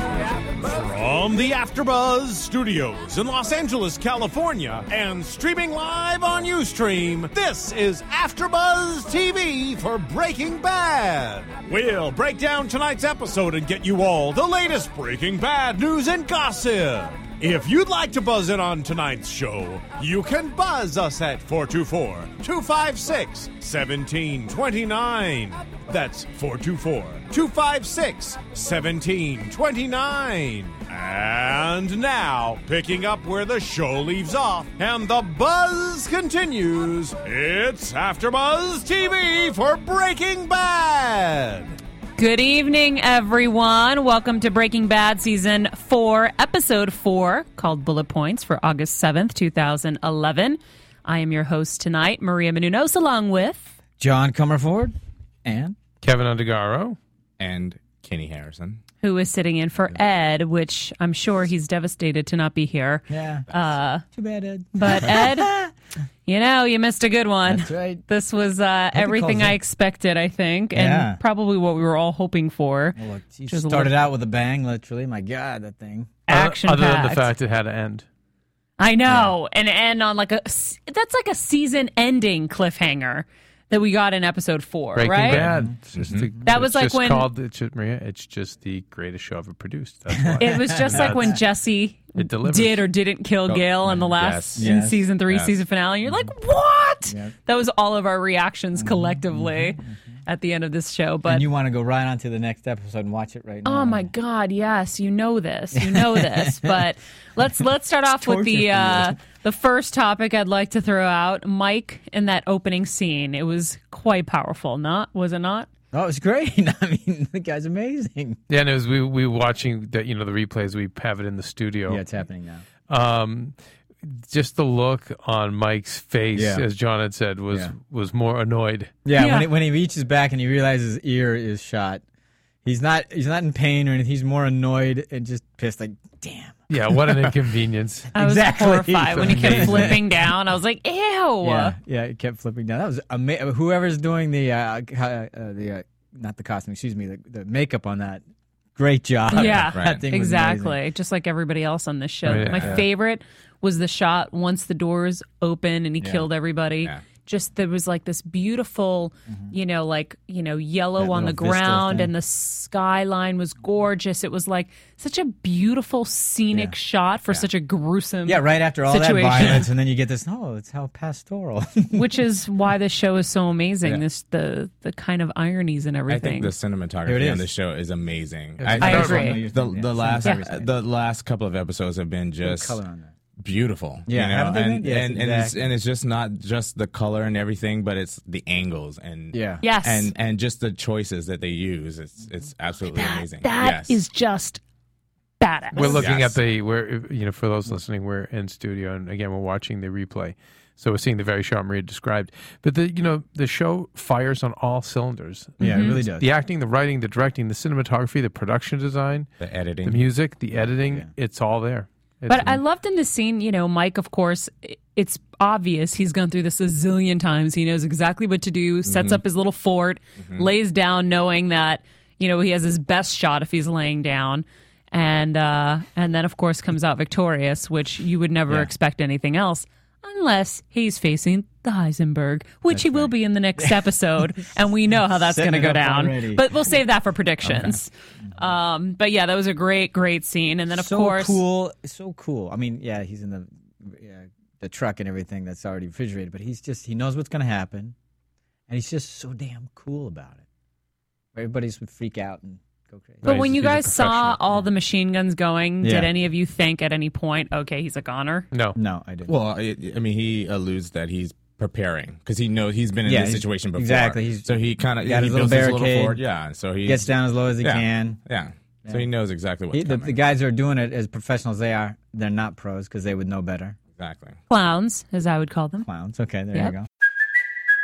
From the AfterBuzz Studios in Los Angeles, California, and streaming live on UStream, this is AfterBuzz TV for Breaking Bad. We'll break down tonight's episode and get you all the latest Breaking Bad news and gossip. If you'd like to buzz in on tonight's show, you can buzz us at 424 256 1729. That's 424 256 1729. And now, picking up where the show leaves off and the buzz continues, it's AfterBuzz TV for Breaking Bad. Good evening, everyone. Welcome to Breaking Bad Season 4, Episode 4, called Bullet Points for August 7th, 2011. I am your host tonight, Maria Menounos, along with. John Comerford and Kevin Undergaro. and Kenny Harrison. Who is sitting in for Ed, which I'm sure he's devastated to not be here. yeah. Too bad, Ed. Uh, But Ed, you know, you missed a good one. That's right. This was uh, everything calls I in. expected, I think, Yeah. and probably what we were all hoping for. Well, look, she Which was a started little out with a bang, literally. My God, that thing. action. Other than the fact it had to end. I know, and end on like a that's like a season-ending cliffhanger that we got in episode four, Breaking right? Mm-hmm. Bad. It's just the- That was it's like just when- called it's just, Maria. It's just the greatest show ever produced. That's why. It was just like when That's- Jesse It delivers. Oh, did or didn't kill Gail in the last yes, in yes, season three, yes. season finale. And you're Mm-hmm. like, what? That was all of our reactions collectively at the end of this show. But and you want to go right on to the next episode and watch it right now. Oh my God! Yes, you know this. You know this. but let's let's start off with torture for the you. uh, the first topic I'd like to throw out. Mike in that opening scene, it was quite powerful. Not was it not? Oh, it's great. I mean, the guy's amazing. yeah, and it was we we watching that you know the replays. We have it in the studio. Yeah, it's happening now. um, just the look on Mike's face, Yeah. as John had said, was Yeah. was more annoyed. Yeah, Yeah. When, he, when he reaches back and he realizes his ear is shot, he's not he's not in pain or anything. He's more annoyed and just pissed. Like, damn. Yeah, what an inconvenience. I was Exactly. horrified when he kept Amazing. flipping down. I was like, ew. Yeah, yeah. It kept flipping down. That was amazing. Whoever's doing the uh, co- uh, the uh, not the costume, excuse me, the, the makeup on that. Great job. Yeah, That thing was amazing. exactly. Just like everybody else on this show. Right, My yeah. favorite was the shot once the doors open and he killed everybody. Yeah. Just there was like this beautiful, you know, like you know, yellow That on the little vista ground, thing. and the skyline was gorgeous. It was like such a beautiful scenic shot for such a gruesome. Yeah, right after all situation. that violence, and then you get this. Oh, it's how pastoral. Which is why this show is so amazing. This the the kind of ironies and I everything. think the Here it cinematography on is. this show is amazing. I think agree. The, the last Yeah. the last couple of episodes have been just color on there. beautiful. Yeah, you know? haven't they and, been? Yes, and, and, it's, exactly. and it's just not just the color and everything, but it's the angles and Yeah. Yes. and and just the choices that they use. It's it's absolutely amazing. That yes. is just badass. We're looking Yes. at the we're you know for those listening, we're in studio, and again we're watching the replay, so we're seeing the very shot Maria described. But the you know the show fires on all cylinders: Yeah, Mm-hmm. it really does. the acting, the writing, the directing, the cinematography, the production design, the Mm-hmm. the editing. music, the editing. It's all there. But I loved in the scene, you know, Mike, of course, i- it's obvious he's gone through this a zillion times. He knows exactly what to do, sets Mm-hmm. up his little fort, lays down knowing that, you know, he has his best shot if he's laying down. And uh, and then of course comes out victorious, which you would never expect anything else unless he's facing the Heisenberg, which he will be in the next episode, and we know how that's going Setting to it go up down. already. But we'll save that for predictions. Um, but yeah, that was a great, great scene. And then of so course, cool, so cool. I mean, yeah, he's in the yeah, the truck and everything that's already refrigerated, but he's just he knows what's gonna happen, and he's just so damn cool about it. Everybody's would freak out and go crazy. But Right, when he's- you he's a guys saw professional. all the machine guns going, Yeah. did any of you think at any point, okay, he's a goner? No. No, I didn't. Well, I, I mean, he alludes that he's preparing because he knows he's been in Yeah, this he's- situation before. exactly, he's so he kind of got he his little builds his barricade, fort. Yeah. So he gets down as low as he yeah, can. Yeah. So he knows exactly what's He, the, coming. the guys who are doing it as professionals they are, they're not pros because they would know better. exactly. Clowns, as I would call them. Clowns. Okay, there Yep. you go.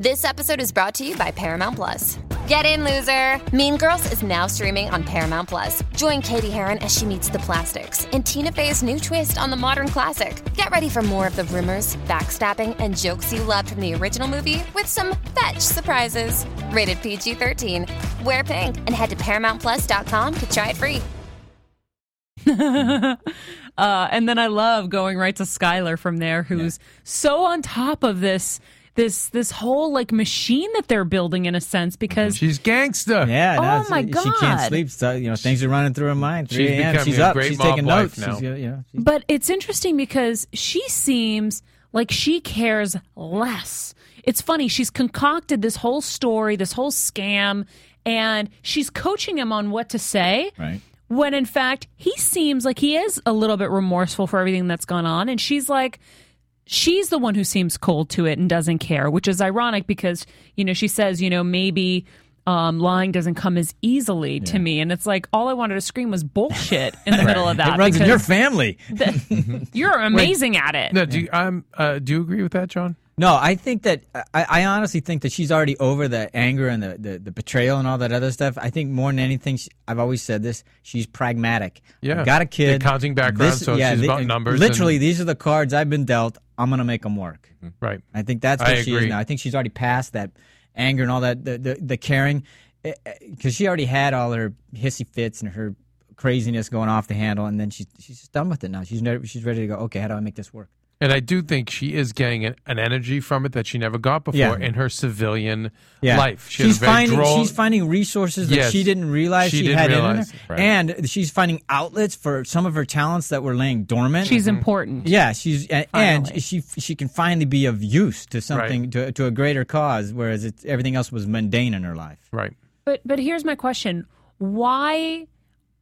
This episode is brought to you by Paramount Plus. Get in, loser! Mean Girls is now streaming on Paramount Plus. Join Katie Heron as she meets the plastics and Tina Fey's new twist on the modern classic. Get ready for more of the rumors, backstabbing, and jokes you loved from the original movie with some fetch surprises. Rated PG 13. Wear pink and head to ParamountPlus.com to try it free. Uh, and then I love going right to Skylar from there, who's so on top of this, this, this whole like machine that they're building in a sense because She's gangster. Yeah. Oh now my She God. can't sleep. So, you know, things are running through her mind. She's 3 a.m. becoming She's a up. great She's taking mob notes. wife now. She's, you know, she's- But it's interesting because she seems like she cares less. It's funny. She's concocted this whole story, this whole scam, and she's coaching him on what to say. Right. When in fact, he seems like he is a little bit remorseful for everything that's gone on. And she's like, she's the one who seems cold to it and doesn't care, which is ironic because, you know, she says, you know, maybe um, lying doesn't come as easily to me. And it's like, all I wanted to scream was bullshit in the middle of that. it runs in your because- family. you're amazing at it. No, do you, um, uh, do you agree with that, John? No, I think that I, I honestly think that she's already over the anger and the, the, the betrayal and all that other stuff. I think more than anything, she, I've always said this: she's pragmatic. Yeah. I've got a They're kid. counting background, so she's about numbers Literally, and- these are the cards I've been dealt. I'm gonna make them work. Right. I think that's I where she is agree. now. I think she's already past that anger and all that the the, the caring, because she already had all her hissy fits and her craziness going off the handle, and then she's she's just done with it now. She's never, she's ready to go. Okay, how do I make this work? And I do think she is getting an, an energy from it that she never got before Yeah. in her civilian yeah. life. She she's had a very finding droll- she's finding resources that Yes. she didn't realize She she, didn't had realize, in her, right. and she's finding outlets for some of her talents that were laying dormant. Mm-hmm. She's important. yeah, she's and, and Finally. she she can finally be of use to something to, to a greater cause, whereas it's, everything else was mundane in her life. Right. But but here's my question: Why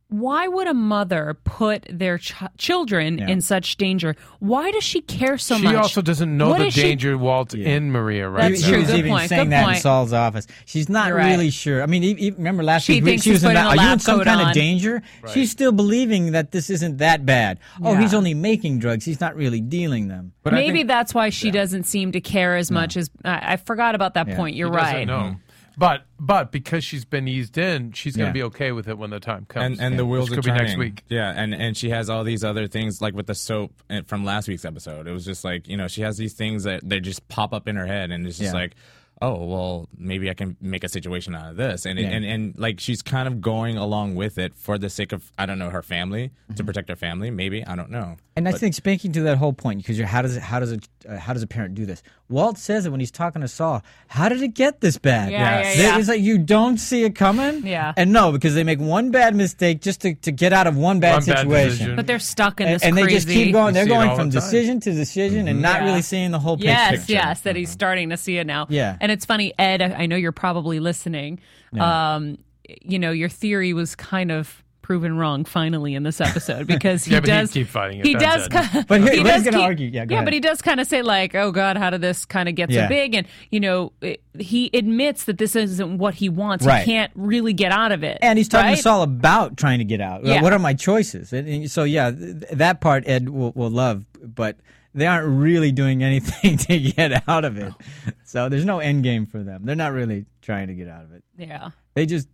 why would a mother put their ch- children Yeah. in such danger? Why does she care so she much? also doesn't know What the is she- danger Walt in Maria right That's he, now. he true. was Good even point, saying good that point. in Saul's office. She's not You're right. really sure. I mean, e e- remember last She week we- thinks she he's was in putting that. a Are you in lab some coat kind on." of danger? She's still believing that this isn't that bad. Oh, Yeah. he's only making drugs. He's not really dealing them. But I Maybe think that's why she doesn't seem to care as much as I, I forgot about that point. You're right. No. But but because she's been eased in, she's going to Yeah. be okay with it when the time comes. and and the wheels Which are could be turning. next week. Yeah, and and she has all these other things like with the soap and- from last week's episode. It was just like you know she has these things that they just pop up in her head, and it's just Yeah. like, oh well, maybe I can make a situation out of this, and it, Yeah. and and like she's kind of going along with it for the sake of I don't know her family Mm-hmm. to protect her family. Maybe I don't know. And I think speaking to that whole point, because you're, how does it, how does a uh, how does a parent do this? Walt says it when he's talking to Saul. How did it get this bad? Yeah, yeah, Yes. yeah. It's like you don't see it coming. Yeah. And no, because they make one bad mistake just to, to get out of one bad One bad situation. decision. But they're stuck in and, this and they crazy. Mm-hmm. just keep going. They're see it all going the from time. decision to decision and not Yeah. really seeing the whole picture. Mm-hmm. Yes, yes, that he's starting to see it now. Yeah. and it's funny, Ed. I I know you're probably listening. Um, you know, your theory was kind of proven wrong finally in this episode because he Yeah, but he'd does keep fighting it, He that's does, it. ki- But here- he he's does gonna keep- argue. Yeah, go but ahead. he does kind of say like, "Oh God, how did this kind of get Yeah. so big?" And you know, it, he admits that this isn't what he wants. Right. He can't really get out of it, And he's talking right? to Saul about trying to get out. Yeah. What are my choices? And, and so, yeah, th- that part Ed will, will love, but they aren't really doing anything to get out of it. So there's no end game for them. They're not really trying to get out of it. Yeah. They just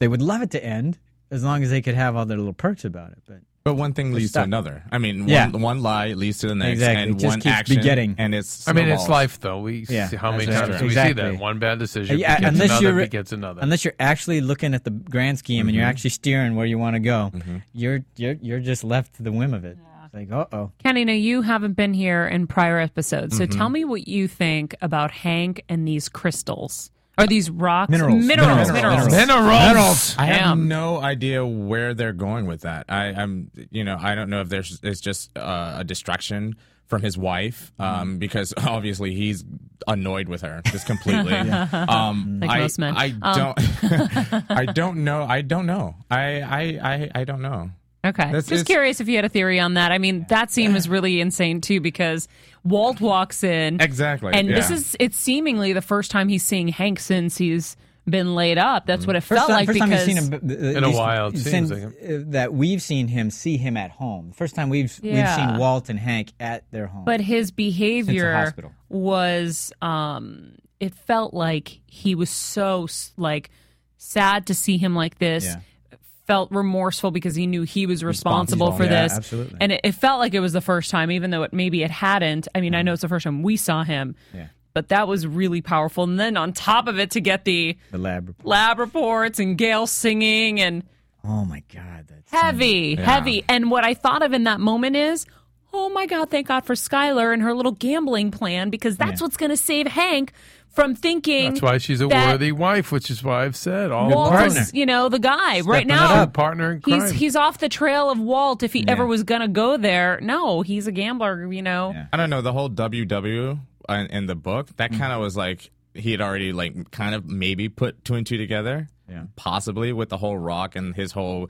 they would love it to end as long as they could have all their little perks about it. But But one thing leads stuck. to another. I mean, one, Yeah. one lie leads to the next, Exactly. and It just one keeps action begetting. and it's. I mean, it's snowballs. life, though. We Yeah, see how many that's times right. do we see Exactly. that one bad decision Yeah, begets unless another, you're- begets another. Mm-hmm. unless you're actually looking at the grand scheme and you're actually steering where you want to go, you're you're you're just left to the whim of it. It's like, uh oh. Kenny, now you haven't been here in prior episodes, so tell me what you think about Hank and these crystals. Are these rocks? Minerals. Minerals. Minerals. minerals. Minerals. I have Damn. no idea where they're going with that. I, I'm, you know, I don't know if there's it's just uh, a distraction from his wife, um, because obviously he's annoyed with her just completely. um, Like I, most men. I Um. don't, I don't know. I don't know. I, I, I, I don't know. Okay. That's- Just it's- curious if you had a theory on that. I mean, that scene was really insane too because Walt walks in. Exactly, And this yeah. is it's seemingly the first time he's seeing Hank since he's been laid up. That's what it First felt time, like first time because you've seen him b- b- In a least while, it since, seems like uh, that we've seen him see him at home. First time we've we've Yeah. seen Walt and Hank at their home. but his behavior hospital. was um it felt like he was so s- like sad to see him like this Yeah. felt remorseful because he knew he was responsible, Responsible. for Yeah, this absolutely. and it, it felt like it was the first time even though it maybe it hadn't i Mm. mean i know it's the first time we saw him but that was really powerful and then on top of it to get the the lab report. lab reports and gail singing and Oh my God, that's heavy, heavy. And what I thought of in that moment is, oh my God, thank God for Skylar and her little gambling plan because that's what's going to save Hank from thinking. That's why she's a that worthy wife, which is why I've said all Walt along. is, you know, the guy right Stepping it now. up, partner in He's crime. he's off the trail of Walt if he ever was going to go there. No, he's a gambler, you know. I don't know. The whole WW in, in the book that kind Mm. of was like he had already like kind of maybe put two and two together, Yeah. possibly with the whole rock and his whole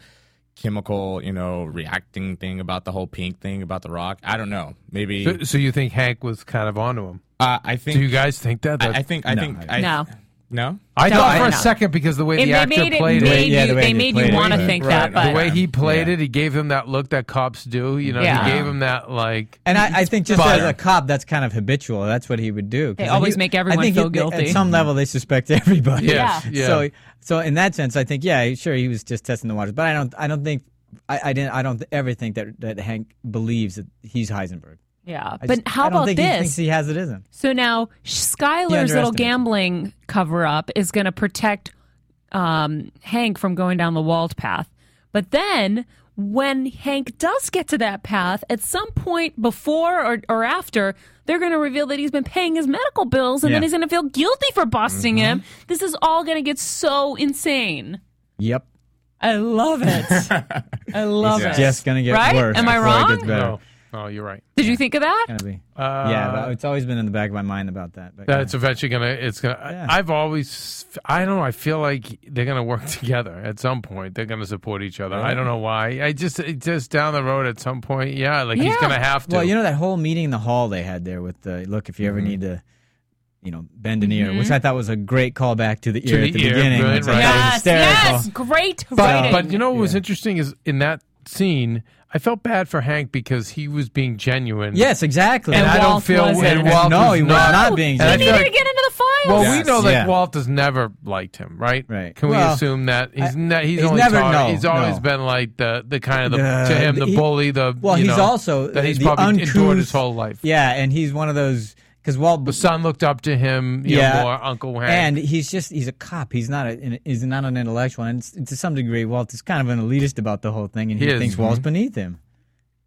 chemical, you know, reacting thing about the whole pink thing about the rock. I don't know. Maybe So, so you think Hank was kind of onto him? uh, I think Do you guys think that? I, That- I think I think I, No. no. I thought No, for I a know. second because the way And the they actor made it played made it, Yeah, the you, way they he made played you it. want to think that, Right. but the way he played Yeah. it, he gave him that look that cops do. You know, Yeah. he gave him that like. And I, I think just Butter. as a cop, that's kind of habitual. That's what he would do. 'Cause They always he- make everyone I think feel he- guilty. At some level, they suspect everybody. Yes, Yeah. yeah. So, so in that sense, I think yeah, sure, he was just testing the waters. But I don't, I don't think, I, I didn't, I don't ever think that that Hank believes that he's Heisenberg. yeah. I But just- I how don't about think this? He thinks he has it in him. So now Skylar's little underestimated. gambling cover up is going to protect um, Hank from going down the walled path. But then when Hank does get to that path, at some point before or, or after, they're going to reveal that he's been paying his medical bills and then Yeah. he's going to feel guilty for busting him. This is all going to get so insane. Yep. I love it. I love It's it. just gonna get right? worse. Am I before It gets wrong? better. No, oh, you're right. Did you think of that? Gonna be. Uh, yeah, but it's always been in the back of my mind about that. But That's yeah. eventually gonna. It's gonna. Yeah. I, I've always. I don't know. I feel like they're gonna work together at some point. They're gonna support each other. I don't know why. I just it just down the road at some point. Yeah, like he's Yeah. gonna have to. well, you know that whole meeting in the hall they had there with the look if you Mm-hmm. ever need to, you know, bend an ear, Mm-hmm. which I thought was a great callback to the ear the at the ear, beginning. right, which I right. thought was Yes, hysterical. yes, great but, writing. but you know what was interesting is in that scene, I felt bad for Hank because he was being genuine. Yes, exactly. and, I don't Walt feel. wasn't. And And Walt no, was he was not, not being And I he genuine. feel needed to like- get into the files. Well, Yes. we know that Yeah. Walt has never liked him, right? Right. Can we Well, assume that he's ne- he's, he's only never- tar- no, he's always no. been like the the kind of the, Uh, to him the he- bully the well, you he's know, also that he's the probably uncouth, endured his whole life. Yeah, and he's one of those because Walt. The son looked up to him. You yeah, know, more Uncle and Hank. he's just he's a cop. He's not a, he's not an intellectual, and s- to some degree, Walt is kind of an elitist about the whole thing, and he, He is, Mm-hmm. thinks Walt's beneath him,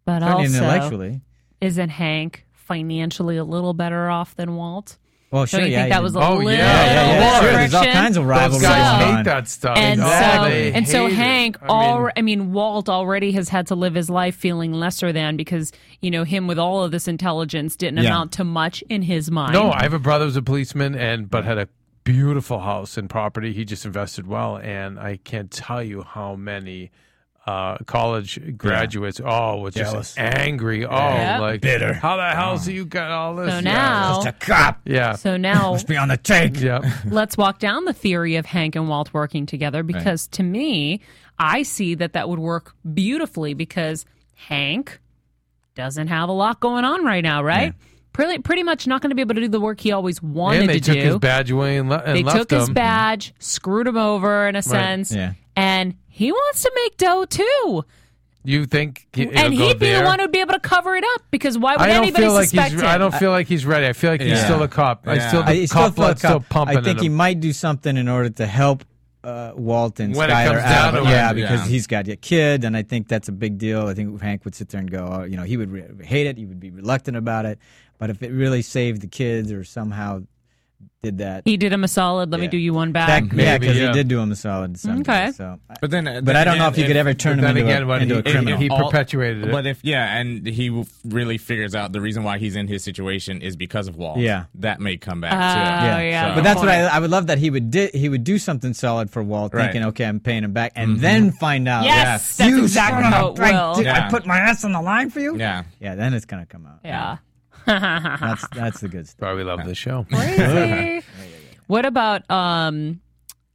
But certainly also, intellectually. isn't Hank financially a little better off than Walt? Well, So sure, you yeah, think that was a Oh, yeah, little yeah, yeah, yeah. Sure, friction? there's all kinds of Those rivalry guys going hate on. that stuff. and Exactly. so and so Hate it. Hank I mean- al I mean Walt already has had to live his life feeling lesser than because you know him with all of this intelligence didn't Yeah. amount to much in his mind. No, I have a brother who's a policeman, and but had a beautiful house and property. He just invested well, and I can't tell you how many uh, college graduates all was Jealous. just angry, all Yeah. oh, like Bitter. How the hell do you got all this? So now- Just a cop. Yeah. So now- Must be on the take. Yeah. Let's walk down the theory of Hank and Walt working together because to me, I see that that would work beautifully because Hank doesn't have a lot going on right now, right? Pretty, pretty much not going to be able to do the work he always wanted and they to took do. his badge away and, le- and they left took his him. badge, screwed him over in a sense, Yeah. and he wants to make dough too. You think he- it'll and go he'd be there? the one who'd be able to cover it up because why would I don't anybody feel like suspect he's. him? I don't feel like he's ready. I feel like he's Yeah. still a cop. I still the I still cop feel a blood's still cop. pumping. I think in he him. might do something in order to help uh, Walt and When it Skyler comes out. down to it, yeah, because yeah. he's got a kid, and I think that's a big deal. I think Hank would sit there and go, oh, you know, he would re- hate it. He would be reluctant about it. But if it really saved the kids or somehow did that, he did him a solid. Let me Yeah. do you one that back. Mm-hmm. yeah, because he did do him a solid. someday, Okay. so uh, But then, But I don't know if you could ever turn but him then into a- into a if- criminal. if He all- perpetuated it. But if yeah, and he w- really figures out the reason why he's in his situation is because of Walt. Yeah. that may come back Oh, too. yeah, So- but that's what I, I would love that he would di- he would do something solid for Walt, Right. thinking, okay, I'm paying him back, Mm-hmm. and then find out, Yes, Yes. that's you exactly son of how a it bright will. dick, Yeah. I put my ass on the line for you. Yeah, yeah, then it's gonna come out. Yeah. That's that's the good stuff. Probably love this show. Crazy. what about um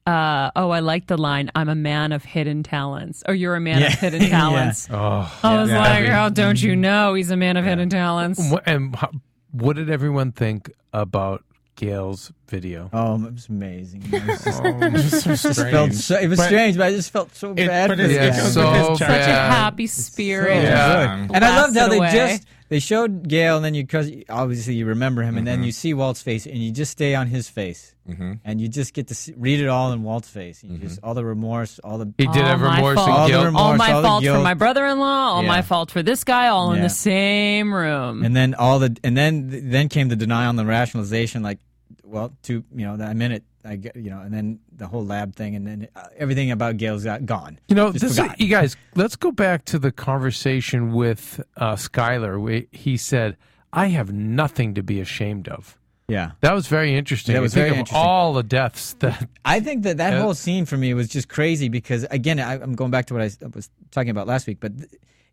uh oh I like the line I'm a man of hidden talents or you're a man of Yeah. hidden Yeah. talents. Oh. I was Yeah. like, Yeah. Mm-hmm. "Oh, don't you know he's a man of hidden talents?" Wha- And how, what did everyone think about Gail's video? Oh, it was amazing. It was just, it was so it just strange. felt so, it was Oh, But- strange, but I just felt so bad but for this it's- guy. it's so Because Chuck- Such Oh, a happy spirit. good. And I loved how Blasted they away. just they showed Gail, and then you 'cause obviously you remember him, and Mm-hmm. then you see Walt's face, and you just stay on his face, and you just get to see, read it all in Walt's face. You just Mm-hmm. all the remorse, all the He did all have my remorse fault. and All the guilt. remorse, all my all the fault for guilt. my brother-in-law, all Yeah. my fault for this guy, all in Yeah. the same room. and then all the and then then came the denial and the rationalization, like, well, two, you know, that minute. I get, you know, and then the whole lab thing, and then uh, everything about Gail's got gone. You know, Just this forgotten. you guys, let's go back to the conversation with uh, Skyler. Where he said, "I have nothing to be ashamed of." yeah. That was very interesting. That was Think very of interesting. All the deaths that I think that that Uh, whole scene for me was just crazy because again, I, I'm going back to what I s- was talking about last week, but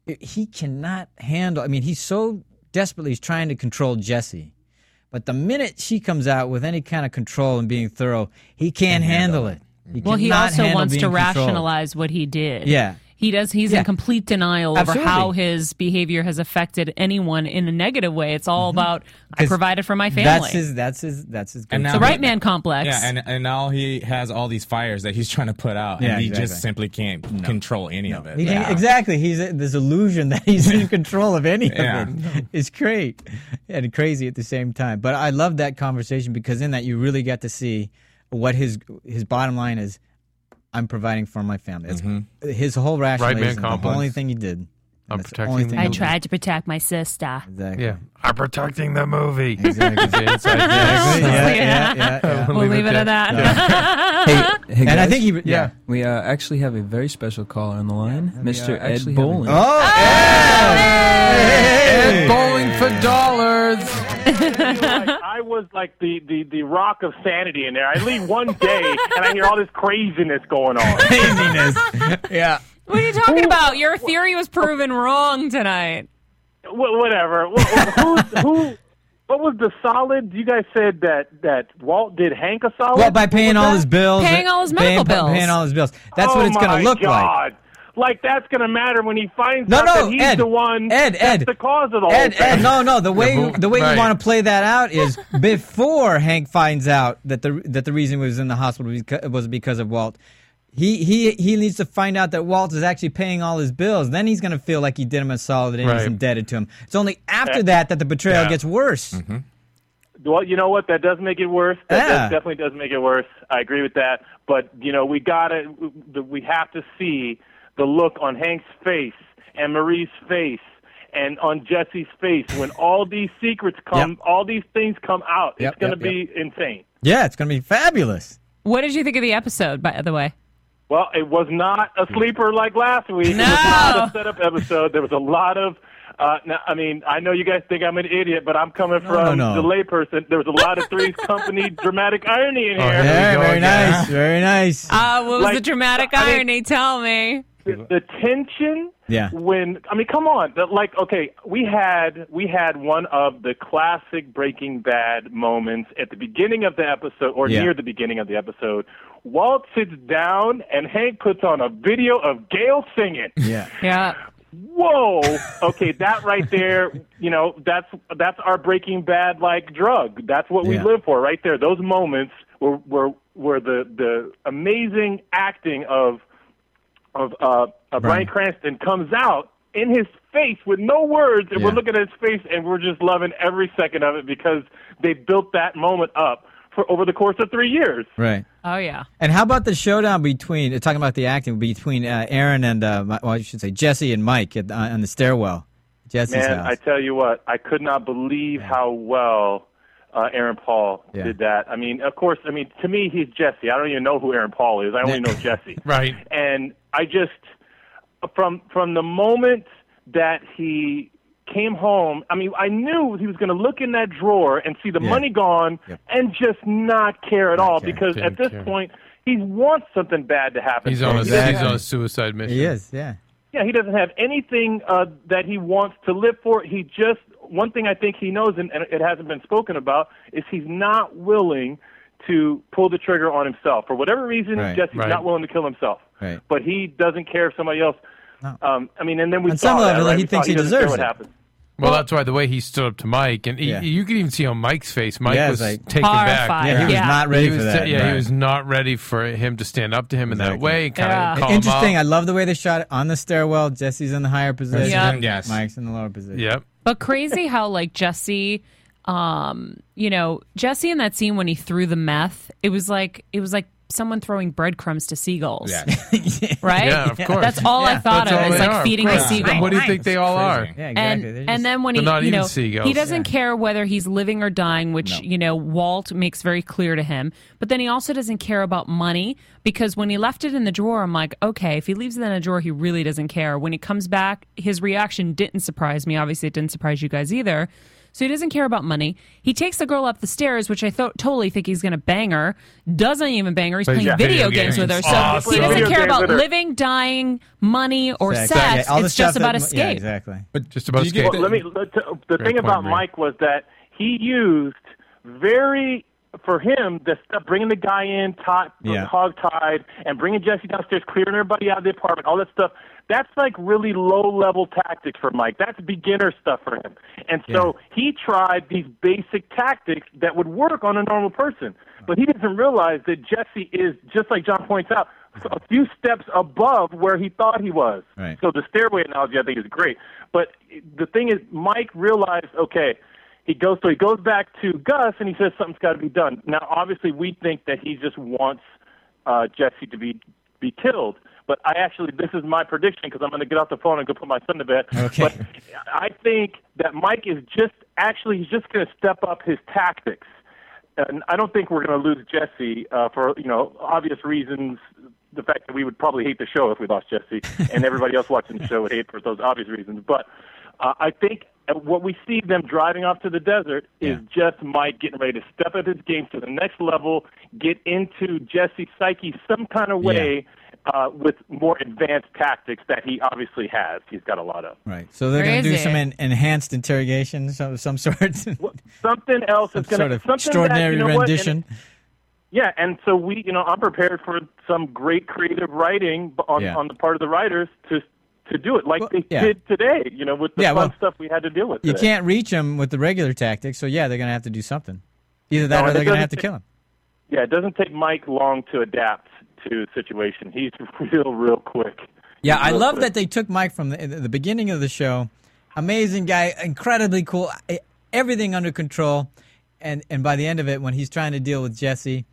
th- he cannot handle. I mean, he's so desperately he's trying to control Jesse, but the minute she comes out with any kind of control and being thorough, he can't handle it. He Well, he cannot also handle wants to being controlled. rationalize what he did. Yeah. He does. He's in Yeah. complete denial over Absolutely. how his behavior has affected anyone in a negative way. It's all about I Mm-hmm. 'Cause provided for my family. That's his. That's his. That's his. And go-to. the now- right man complex. Yeah, and and now he has all these fires that he's trying to put out, Yeah, and he exactly. just simply can't control any of it. He can't- Yeah. Exactly. He's uh, this illusion that he's in control of any Yeah. of it. It's great and crazy at the same time. But I love that conversation because in that you really get to see what his his bottom line is. I'm providing for my family. That's his whole rationale. Mm-hmm. man the complex. only thing he did. I'm That's the only protecting. thing The I movie. tried to protect my sister. Exactly. Yeah, I'm protecting the movie. Exactly. It's inside jokes. Yeah, yeah, yeah, yeah. We'll leave it at that. Hey, And I think he. Yeah. Yeah. we uh, actually have a very special caller on the line, Mr. Ed Bowling. Oh. And bowling for dollars. I was like the, the, the rock of sanity in there. I leave one day and I hear all this craziness going on. Craziness. yeah. What are you talking about? Your theory was proven wrong tonight. Wh- whatever. Wh- wh- Who's, who? What was the solid? You guys said that that Walt did Hank a solid. Well, by What paying was all that? his bills, Paying all his medical paying, bills. paying all his bills. That's what it's going to look Oh like. God. Like that's going to matter when he finds No, out no, that he's Ed, the one Ed, that's Ed, the cause of the whole Ed, thing. Ed, no, no. The way but- the way right. you want to play that out is before Hank finds out that the that the reason he was in the hospital was because, was because of Walt. He he he needs to find out that Walt is actually paying all his bills. Then he's going to feel like he did him a solid and Right. he's indebted to him. It's only after that that the betrayal Yeah. Mm-hmm. gets worse. Well, you know what? That does make it worse. That Yeah. does, definitely does make it worse. I agree with that. But you know, we gotta, we have to see the look on Hank's face and Marie's face and on Jesse's face when all these secrets come, Yep. all these things come out. Yep, it's gonna yep, be insane. Yeah, it's going to be fabulous. What did you think of the episode, by the way? Well, it was not a sleeper like last week. It No. was not a setup episode. There was a lot of. Uh, now, I mean, I know you guys think I'm an idiot, but I'm coming from no, no. the layperson. There was a lot of Three's Company dramatic irony in Oh, here. yeah. Yeah, go very again. nice, very nice. Uh, what was Like, the dramatic I mean- irony? Tell me. the, the tension Yeah. when I mean, come on, the, like okay, we had we had one of the classic Breaking Bad moments at the beginning of the episode or Yeah. near the beginning of the episode. Walt sits down and Hank puts on a video of Gail singing. Yeah. Yeah. Whoa. Okay, that right there, you know, that's that's our Breaking Bad like drug. That's what we Yeah. live for right there. Those moments were were were the the amazing acting of of uh, uh, Brian Cranston comes out in his face with no words, and we're looking at his face, and we're just loving every second of it because they built that moment up for over the course of three years. Right. Oh yeah. And how about the showdown between uh, talking about the acting between uh, Aaron and uh, Mi- well, I should say Jesse and Mike at, uh, on the stairwell, at Jesse's Man, house. I tell you what, I could not believe how well uh, Aaron Paul Yeah. did that. I mean, of course, I mean to me he's Jesse. I don't even know who Aaron Paul is. I only know Jesse. Right. And I just from from the moment that he came home, I mean, I knew he was going to look in that drawer and see the Yeah. money gone and just not care at all because Didn't at this care. point he wants something bad to happen. He's to on him. a, He doesn't he's on a uh, suicide mission. He is, yeah. yeah, he doesn't have anything uh, that he wants to live for. He just one thing I think he knows, and, and it hasn't been spoken about, is he's not willing to pull the trigger on himself for whatever reason. Right. Jesse's Right. not willing to kill himself, Right. but he doesn't care if somebody else. Um, I mean, and then we On saw some that, level, right? he We thinks saw, he doesn't care deserves what it. happens. Well, that's why the way he stood up to Mike, and he, Yeah. you could even see on Mike's face, Mike Yeah, was it's like- taken back. Horrified. Yeah, he was Yeah. not ready for was that, yeah, right. he was not ready for him to stand up to him in that way. Kind of call Uh, Interesting. Him I out. love the way they shot it on the stairwell. Jesse's in the higher position. Yep. Yes. Mike's in the lower position. Yep. But crazy how like Jesse, um, you know, Jesse in that scene when he threw the meth, it was like it was like someone throwing breadcrumbs to seagulls. Yeah. right? Yeah, of course. That's all I Yeah. thought That's of. all It's they like are, of feeding the course. seagulls. What do you think they all are? Yeah, And, exactly. They're and then when They're he, not you even know, seagulls. he doesn't care whether he's living or dying, which you know Walt makes very clear to him. But then he also doesn't care about money because when he left it in the drawer, I'm like, okay, if he leaves it in a drawer, he really doesn't care. When he comes back, his reaction didn't surprise me. Obviously, it didn't surprise you guys either. So he doesn't care about money. He takes the girl up the stairs, which I th- totally think he's going to bang her. Doesn't even bang her. He's Plays playing video, games, with her. So Awesome. he Video doesn't care games about with her. living, dying, money, or sex. it's just about escape. But just about escape. Well, let me. Let, the Great thing point, about Marie. Mike was that he used very for him the stuff bringing the guy in, tied, Yeah. hog tied, and bringing Jesse downstairs, clearing everybody out of the apartment, all that stuff. That's like really low level tactics for Mike. That's beginner stuff for him. And so he tried these basic tactics that would work on a normal person, but he doesn't realize that Jesse is just like John points out. A few steps above where he thought he was. Right. So the stairway analogy I think is great. But the thing is, Mike realized, okay, he goes so he goes back to Gus and he says something's got to be done. Now, obviously, we think that he just wants uh, Jesse to be be killed. But I actually, this is my prediction because I'm going to get off the phone and go put my son to bed. Okay. But I think that Mike is just actually he's just going to step up his tactics. And I don't think we're going to lose Jesse uh, for you know obvious reasons. The fact that we would probably hate the show if we lost Jesse, and everybody else watching the show would hate for those obvious reasons. But uh, I think what we see them driving off to the desert is just Mike getting ready to step up his game to the next level, get into Jesse's psyche some kind of way uh, with more advanced tactics that he obviously has. He's got a lot of. Right. So they're going to do Crazy. some en- enhanced interrogation of some sort. Something else is Some going sort to of extraordinary rendition. Yeah, and so we, you know, I'm prepared for some great creative writing b- on Yeah. on the part of the writers to to do it like they yeah. did today. You know, with the Yeah, fun well, stuff we had to deal with. you today. can't reach him with the regular tactics, so yeah, they're going to have to do something. Either that No, or and they're it going to doesn't have to take- kill him. Yeah, it doesn't take Mike long to adapt to the situation. He's real, real quick. Yeah, I Real love quick. that they took Mike from the, the beginning of the show. Amazing guy, incredibly cool, e- everything under control, and and by the end of it, when he's trying to deal with Jesse,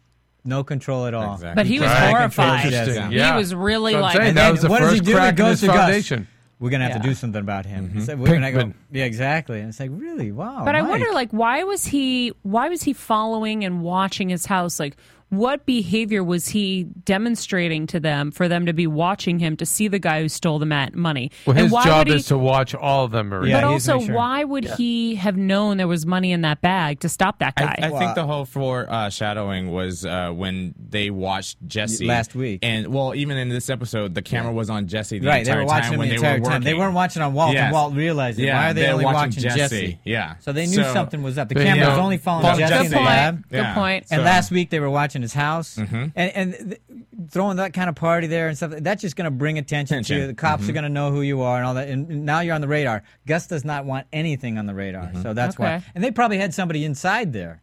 no control at all. But he was Trying to control horrified. Jesse. He was really So I'm like, saying, and that then was the what first does he do? He crack in goes his to Gus. foundation. We're gonna have to Yeah. do something about him. Mm-hmm. So we're gonna go, Pinkman. yeah, exactly. And it's like, really, wow. But I Mike. wonder, like, why was he? Why was he following and watching his house? Like, what behavior was he demonstrating to them for them to be watching him to see the guy who stole the mat- money? Well, And his why job would he- is to watch all of them. Maria. but also, why would he have known there was money in that bag to stop that guy? I think the whole foreshadowing was uh, when they watched Jesse Last week, and well, even in this episode, the camera was on Jesse the right, they entire were watching time him when the they entire were time. They working. weren't watching on Walt, Yes. and Walt realized it. Yeah, Why are they they're only watching, Jesse. Jesse? Yeah. So they knew So- something was up. The They camera was know- only following Follow Jesse. Jesse. Good point. Yeah. Good Yeah. point. And So- last week they were watching his house, Mm-hmm. and and th- throwing that kind of party there and stuff. That's just going to bring attention, to Attention. you. The cops Mm-hmm. are Mhm. going to know who you are and all that. And now you're on the radar. Gus does not want anything on the radar, Mm-hmm. so that's why. Okay. And they probably had somebody inside there.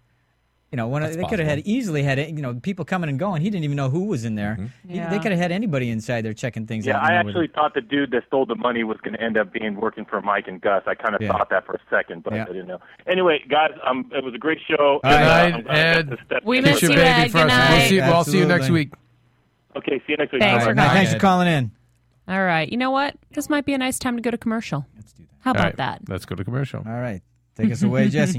You know, one of, That's they could have had possible. easily had you know people coming and going. He didn't even know who was in there. Mm-hmm. He- They Yeah. could have had anybody inside there checking things Yeah, out. I and they would've- actually thought the dude that stole the money was going to end up being working for Mike and Gus. I kind of Yeah. thought that for a second, but Yeah. I didn't know. Anyway, guys, um, it was a great show. uh, Good night, Ed. We Kiss miss your you, baby Ed. Good first. We'll night. see, we'll see you next Absolutely. week. Okay, see you next week. Thanks All for right, Matt, calling Thanks in. for calling in. All right. You know what? This might be a nice time to go to commercial. Let's do that. How about All right, that? Let's go to commercial. All right. Take us away, Jesse.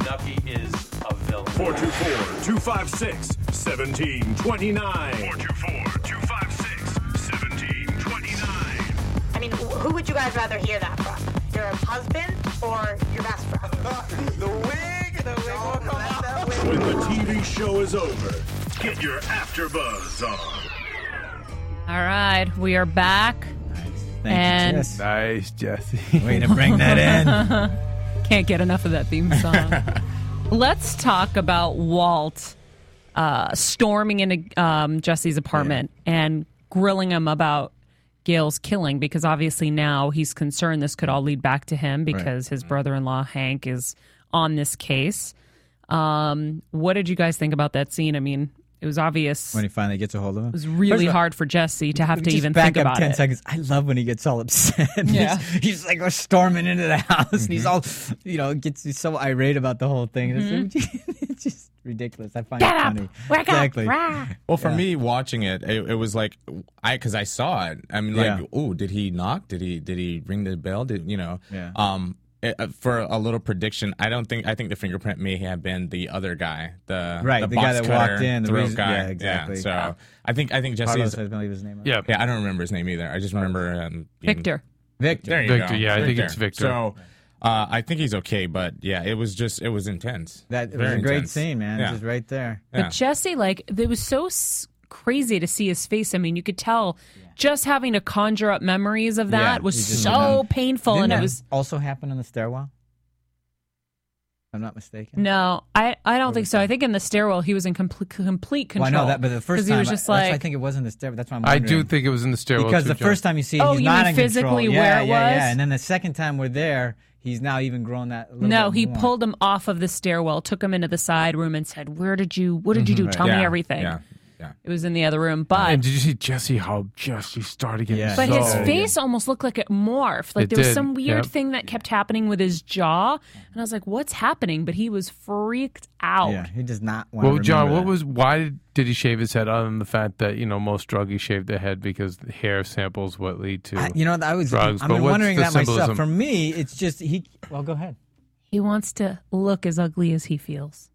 Nucky is a villain. 424-256-1729. 424-256-1729. I mean, wh- who would you guys rather hear that from? Your husband or your best friend? the wig, the wig will come out. When the TV show is over, get your AfterBuzz on. All right. We are back. and nice, Jesse. Way to bring that Can't get enough of that theme song. Let's talk about Walt uh, storming into um, Jesse's apartment and grilling him about Gail's killing because obviously now he's concerned this could all lead back to him because Mm-hmm. his brother in law, Hank, is on this case. Um, what did you guys think about that scene? I mean, it was obvious. when he finally gets a hold of him. it was First really of all, hard for Jesse to have to just even back think up about 10 it. seconds. I love when he gets all upset. Yeah. he's, he's like storming into the house and he's all, Mm-hmm. you know, gets he's so irate about the whole thing. It's, it's just ridiculous. I find Get it up! funny. Wake up! exactly. Rah! Well, for Yeah. me watching it, it, it was like I because I saw it. I mean, like, Yeah. oh, did he knock? Did he did he ring the bell? Did you know? Yeah. Um, it, uh, for a little prediction, I don't think I think the fingerprint may have been the other guy, the Right, the, the guy box that walked cutter, in, the throat reason- guy. yeah, exactly. so Yeah. I think I think Jesse. Carlos, is- I believe his name. was. yeah, yeah. I don't remember his name either. I just remember um, being- Victor. Victor. There you Victor, go. yeah, I think it's Victor. So. Uh, I think he's okay, but yeah, it was just it was intense. That it was Very a great intense. scene, man. Yeah. Just right there. But Jesse, like, it was so s- crazy to see his face. I mean, you could tell just having to conjure up memories of that Yeah, was he just so went down. painful. Didn't and it that was, also happened on the stairwell. If I'm not mistaken. no, I, I don't think so. I think in the stairwell, he was in complete, complete Well, I control. know that, but the first 'Cause time he was just I, that's like, why I think it wasn't the stairwell. That's why I'm I do wondering. think it was in the stairwell because too, the John. first time you see, it, Oh, he's you not mean in control. physically yeah, where it yeah, was? Yeah, and then the second time we're there, he's now even grown that. Little no, bit he more. pulled him off of the stairwell, took him into the side room, and said, "Where did you? What did you Mhm. do? Mm-hmm. Right. Tell Yeah, me everything." yeah, It was in the other room, but and did you see Jesse? How Jesse started getting But his so- face almost looked like it morphed. Like It there was did, some weird yep. thing that kept happening with his jaw, and I was like, "What's happening?" But he was freaked out. Yeah, he does not want. Well, to John, remember what was why did, did he shave his head? Other than the fact that you know most druggies shave their head because hair samples what lead to that. I- you know, I was. drugs. I'm but what's wondering the that myself. symbolism? For me, it's just he. Well, go ahead. He wants to look as ugly as he feels.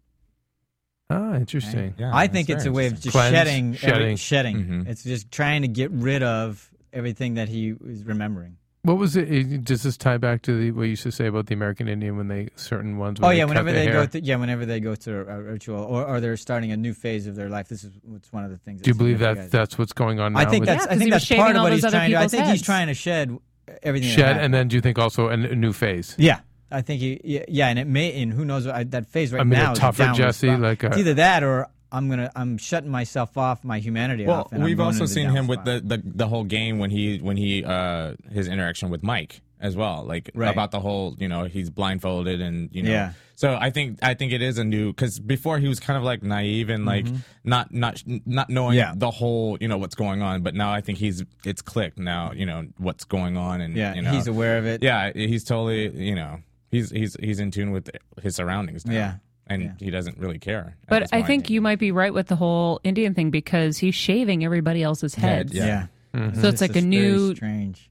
Ah, interesting. I think it's a way of just Cleanse, shedding, every- shedding. shedding. Mhm. It's just trying to get rid of everything that he is remembering. What was it? it- Does this tie back to the, what you used to say about the American Indian when they certain ones? oh when yeah, cut whenever their they go, hair? through, yeah, whenever they go through a ritual or, or they're starting a new phase of their life. This is what's one of the things. Do you that's believe significant. that that's what's going on? Now I think with- that's. I think that's part of what he's trying to. I think he's trying to shed everything. that shed, happened. and then do you think also a, n- a new phase? Yeah, I think he. Yeah, yeah, and it may. And who knows? I, that phase right I mean, a now. is tougher downward Jesse, spiral. like a- it's either that or I'm gonna. I'm shutting myself off, my humanity Well, off. and I'm we've going also into the seen down him with spiral. the, the the whole game when he when he uh his interaction with Mike. as well, like Right. about the whole you know he's blindfolded and you know. Yeah. So I think I think it is a new because before he was kind of like naive and like Mhm. not not not knowing Yeah. the whole you know what's going on, but now I think he's it's clicked now you know what's going on and Yeah, you know he's aware of it. Yeah, he's totally you know he's he's he's in tune with his surroundings now. Yeah. and he doesn't really care. at But this I point. think you might be right with the whole Indian thing because he's shaving everybody else's heads. Yeah. So it's like a just very new. strange.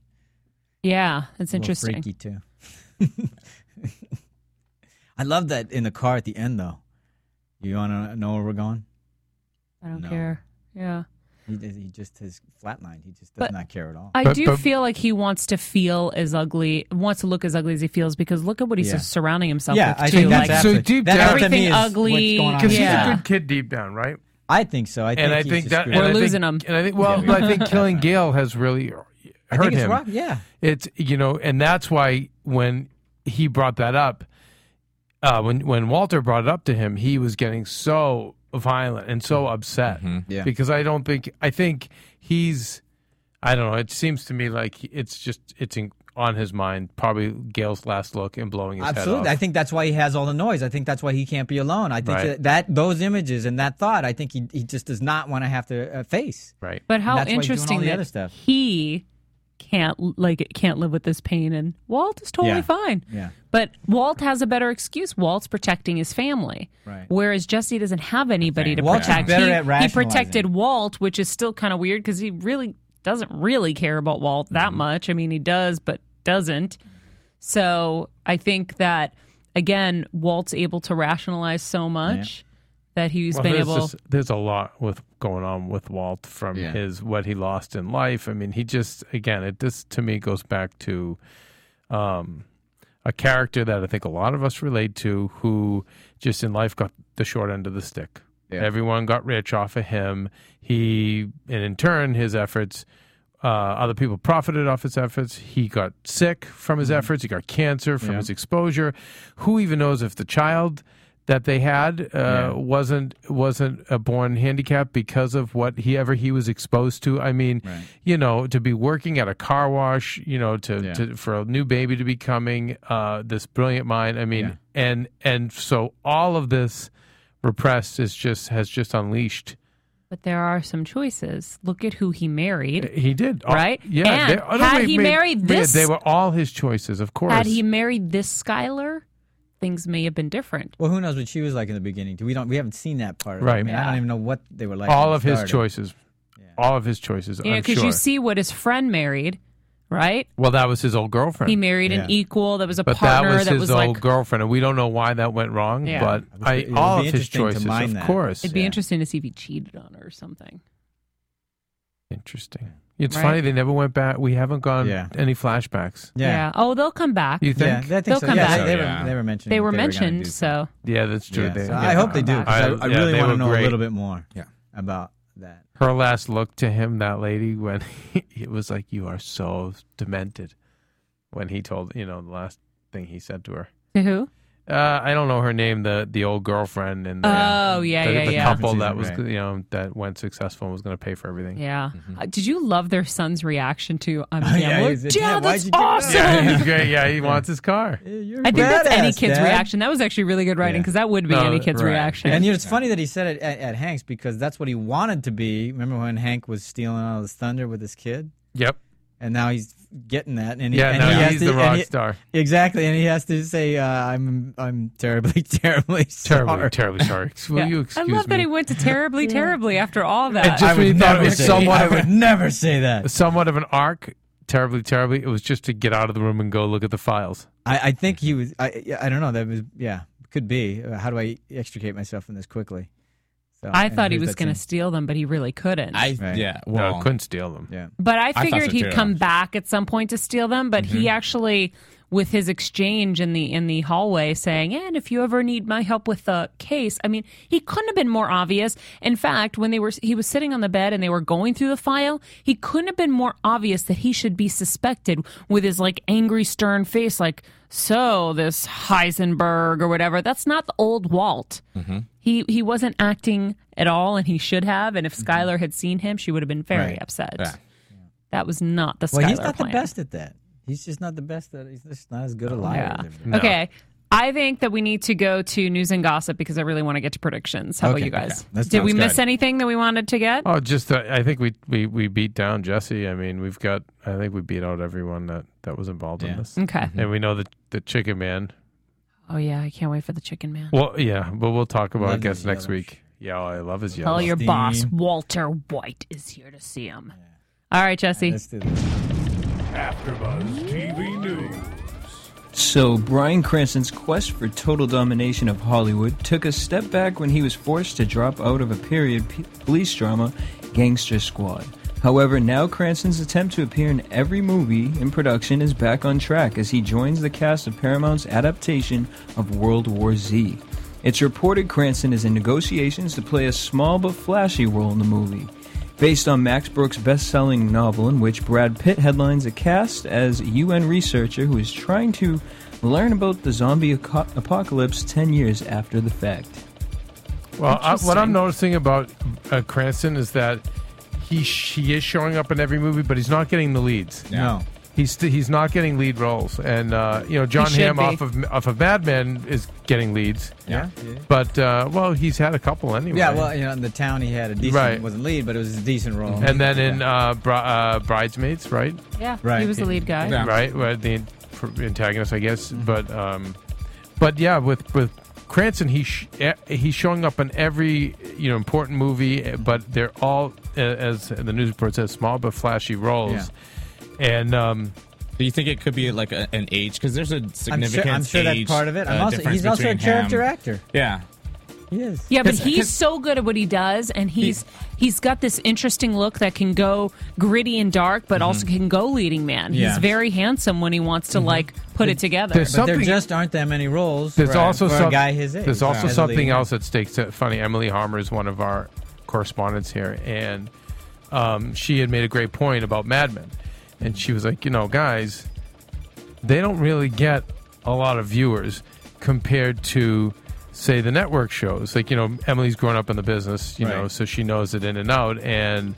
Yeah, it's A little interesting. Freaky too. I love that in the car at the end though. You want to know where we're going? I don't No. care. Yeah. He, he just has flatlined. He just does But not care at all. I do feel like he wants to feel as ugly, wants to look as ugly as he feels because look at what he's Yeah. surrounding himself Yeah, I with too. think that's like absolutely- so deep that down, to me everything is what's ugly. going on because here. he's a good kid deep down, right? I think so. I think and I he's think just that screwed up. and I think- losing him. And I think well, Yeah. but I think killing Gail has really hurt I think it's him. rough, yeah. it's you know, and that's why when he brought that up, uh, when when Walter brought it up to him, he was getting so violent and so upset Mm-hmm. Yeah. because I don't think I think he's I don't know. It seems to me like it's just it's in, on his mind. Probably Gail's last look and blowing his Absolutely. I head off. think that's why he has all the noise. I think that's why he can't be alone. I think Right. that, that those images and that thought, I think he, he just does not want to have to uh, face. Right. But how that's why he's doing all interesting the that other stuff. he can't like can't live with this pain, and Walt is totally Yeah. fine. Yeah. But Walt has a better excuse. Walt's protecting his family, Right. whereas Jesse doesn't have anybody to Walt's protect. better he, at he rationalizing. protected Walt, which is still kind of weird because he really doesn't really care about Walt that Mm-hmm. much. I mean, he does, but doesn't. So I think that again, Walt's able to rationalize so much that he's Well, been there's able. just- there's a lot with going on with Walt from Yeah. his what he lost in life. I mean, he just again, it this to me goes back to um, a character that I think a lot of us relate to, who just in life got the short end of the stick. Yeah. Everyone got rich off of him. He, and in turn, his efforts. Uh, other people profited off his efforts. He got sick from his efforts. He got cancer from Mm-hmm. Yeah. his exposure. Who even knows if the child that they had uh, wasn't wasn't a born handicap because of what he ever he was exposed to. I mean, you know, to be working at a car wash, you know, to, Yeah. to for a new baby to be coming, uh, this brilliant mind. I mean, Yeah. and and so all of this repressed is just has just unleashed. But there are some choices. Look at who he married. Uh, He did All- Right? Yeah, And oh, no, had wait, he wait, married wait, this- they were all his choices, of course. Had he married this Skylar, things may have been different. Well, who knows what she was like in the beginning? We don't. We haven't seen that part. I Right. mean, I don't even know what they were like. when all they of his started. choices. All of his choices. You know, I'm because sure. you see what his friend married, right? Well, that was his old girlfriend. He married Yeah. an equal that was a but partner that was his old like. girlfriend, and we don't know why that went wrong. Yeah. But It I, it would all be of his interesting to choices, mine of that. course. It'd be interesting to see if he cheated on her or something. Interesting. It's Right? funny they never went back. We haven't gone Yeah. any flashbacks. Yeah. Oh, they'll come back. You think? Yeah, I think they'll so. come Yeah, back. they- they were- Yeah. they were mentioned They that were they were gonna mentioned. do So Yeah, that's true. Yeah, They- so I hope they do. 'cause I, I yeah, really they want were to know great. a little bit more. About that. Her last look to him that lady when it was like, "You are so demented," when he told you know the last thing he said to her. To who? Uh, I don't know her name. The the old girlfriend and the, Oh, yeah, the, yeah, the yeah. couple that Right. was you know that went successful and was going to pay for everything. Yeah. Mm-hmm. Uh, did you love their son's reaction to I'm a Oh, yeah, gambler? he's- yeah, yeah, why'd that's you do that? awesome. Yeah, he's great. Yeah, he wants his car. I think that's any badass, kid's Dad. Oh, reaction. That was actually really good writing because that would be any kid's reaction. And you know, it's funny that he said it at, at Hank's because that's what he wanted to be. Remember when Hank was stealing all his thunder with his kid? Yep. And now he's getting that, and he, Yeah, and now he has he's to, the and rock he- star. Exactly, and he has to say, uh, "I'm, I'm terribly, terribly, sorry. Terribly, terribly sorry. Will Yeah. you excuse I love me? that he went to terribly, terribly after all that. And just I when would you thought it never was say- somewhat I of a- would never say that. Somewhat of an arc, terribly, terribly. It was just to get out of the room and go look at the files. I, I think Mm-hmm. he was. I, yeah, I don't know. That was, yeah, could be. Uh, How do I extricate myself from this quickly? So, I and thought he here's that was going to scene. steal them, but he really couldn't. I yeah well no, couldn't steal them. Yeah, But I I thought figured so, he'd too. come back at some point to steal them. But he actually, with his exchange in the in the hallway, saying, "And if you ever need my help with the case, I mean, he couldn't have been more obvious. In fact, when they were he was sitting on the bed and they were going through the file, he couldn't have been more obvious that he should be suspected with his like angry, stern face, like." So this Heisenberg or whatever, that's not the old Walt. He he wasn't acting at all, and he should have. And if Skylar had seen him, she would have been very Right. upset. Yeah. That was not the Skylar Well, he's not plan. the best at that. He's just not the best. At, he's just not as Oh, good a liar. as everybody. Okay. I think that we need to go to news and gossip because I really want to get to predictions. How about Okay. you guys? Okay. That Did we sounds miss good. anything that we wanted to get? Oh, just uh, I think we, we we beat down Jesse. I mean, we've got I think we beat out everyone that that was involved in this. Okay. mm-hmm. and we know the the Chicken Man. Oh yeah, I can't wait for the chicken man. Well, yeah, but we'll talk about I Love guess his next yellow week. Yeah, I love his yellow. Tell your boss Walter White is here to see him. All right, Jesse. AfterBuzz TV News. So, Brian Cranston's quest for total domination of Hollywood took a step back when he was forced to drop out of a period p- police drama, Gangster Squad. However, now Cranston's attempt to appear in every movie in production is back on track as he joins the cast of Paramount's adaptation of World War Z. It's reported Cranston is in negotiations to play a small but flashy role in the movie. Based on Max Brooks' best selling novel, in which Brad Pitt headlines a cast as a UN researcher who is trying to learn about the zombie aco- apocalypse 10 years after the fact. Well, I, what I'm Interesting. noticing about uh, Cranston is that he she is showing up in every movie, but he's not getting the leads. Yeah. No. He's, st- he's not getting lead roles, and uh, you know John He should Hamm be. off of off of Mad Men is getting leads. Yeah. Yeah. but uh, well, he's had a couple anyway. Yeah, well, you know, in the town he had a decent Right. wasn't lead, but it was a decent role. and then in uh, bri- uh, Bridesmaids, right? Yeah, he Right. was the lead guy. Yeah. Right, well, the pr- antagonist, I guess. But um, but yeah, with with Cranston, he sh- eh, he's showing up in every you know important movie, eh, but they're all eh, as the news report says, small but flashy roles. And um, do you think it could be like a, an age? Because there's a significant I'm sure that's age, part of it. I'm uh, also- difference he's also a between character him. actor. Yeah. Yes. Yeah, but 'Cause- he's 'cause- so good at what he does, and he's he's got this interesting look that can go gritty and dark, Mm-hmm. but also can go leading man. Yeah. He's very handsome when he wants to like put it together. There's but there something- just aren't that many roles. there's for, a- also for some- a guy his age. There's also as a something lead. else at stake. So funny, Emily Harmer is one of our correspondents here, and um, she had made a great point about Mad Men, and she was like, you know, guys, they don't really get a lot of viewers compared to say the network shows like you know emily's grown up in the business you know Right. so she knows it in and out and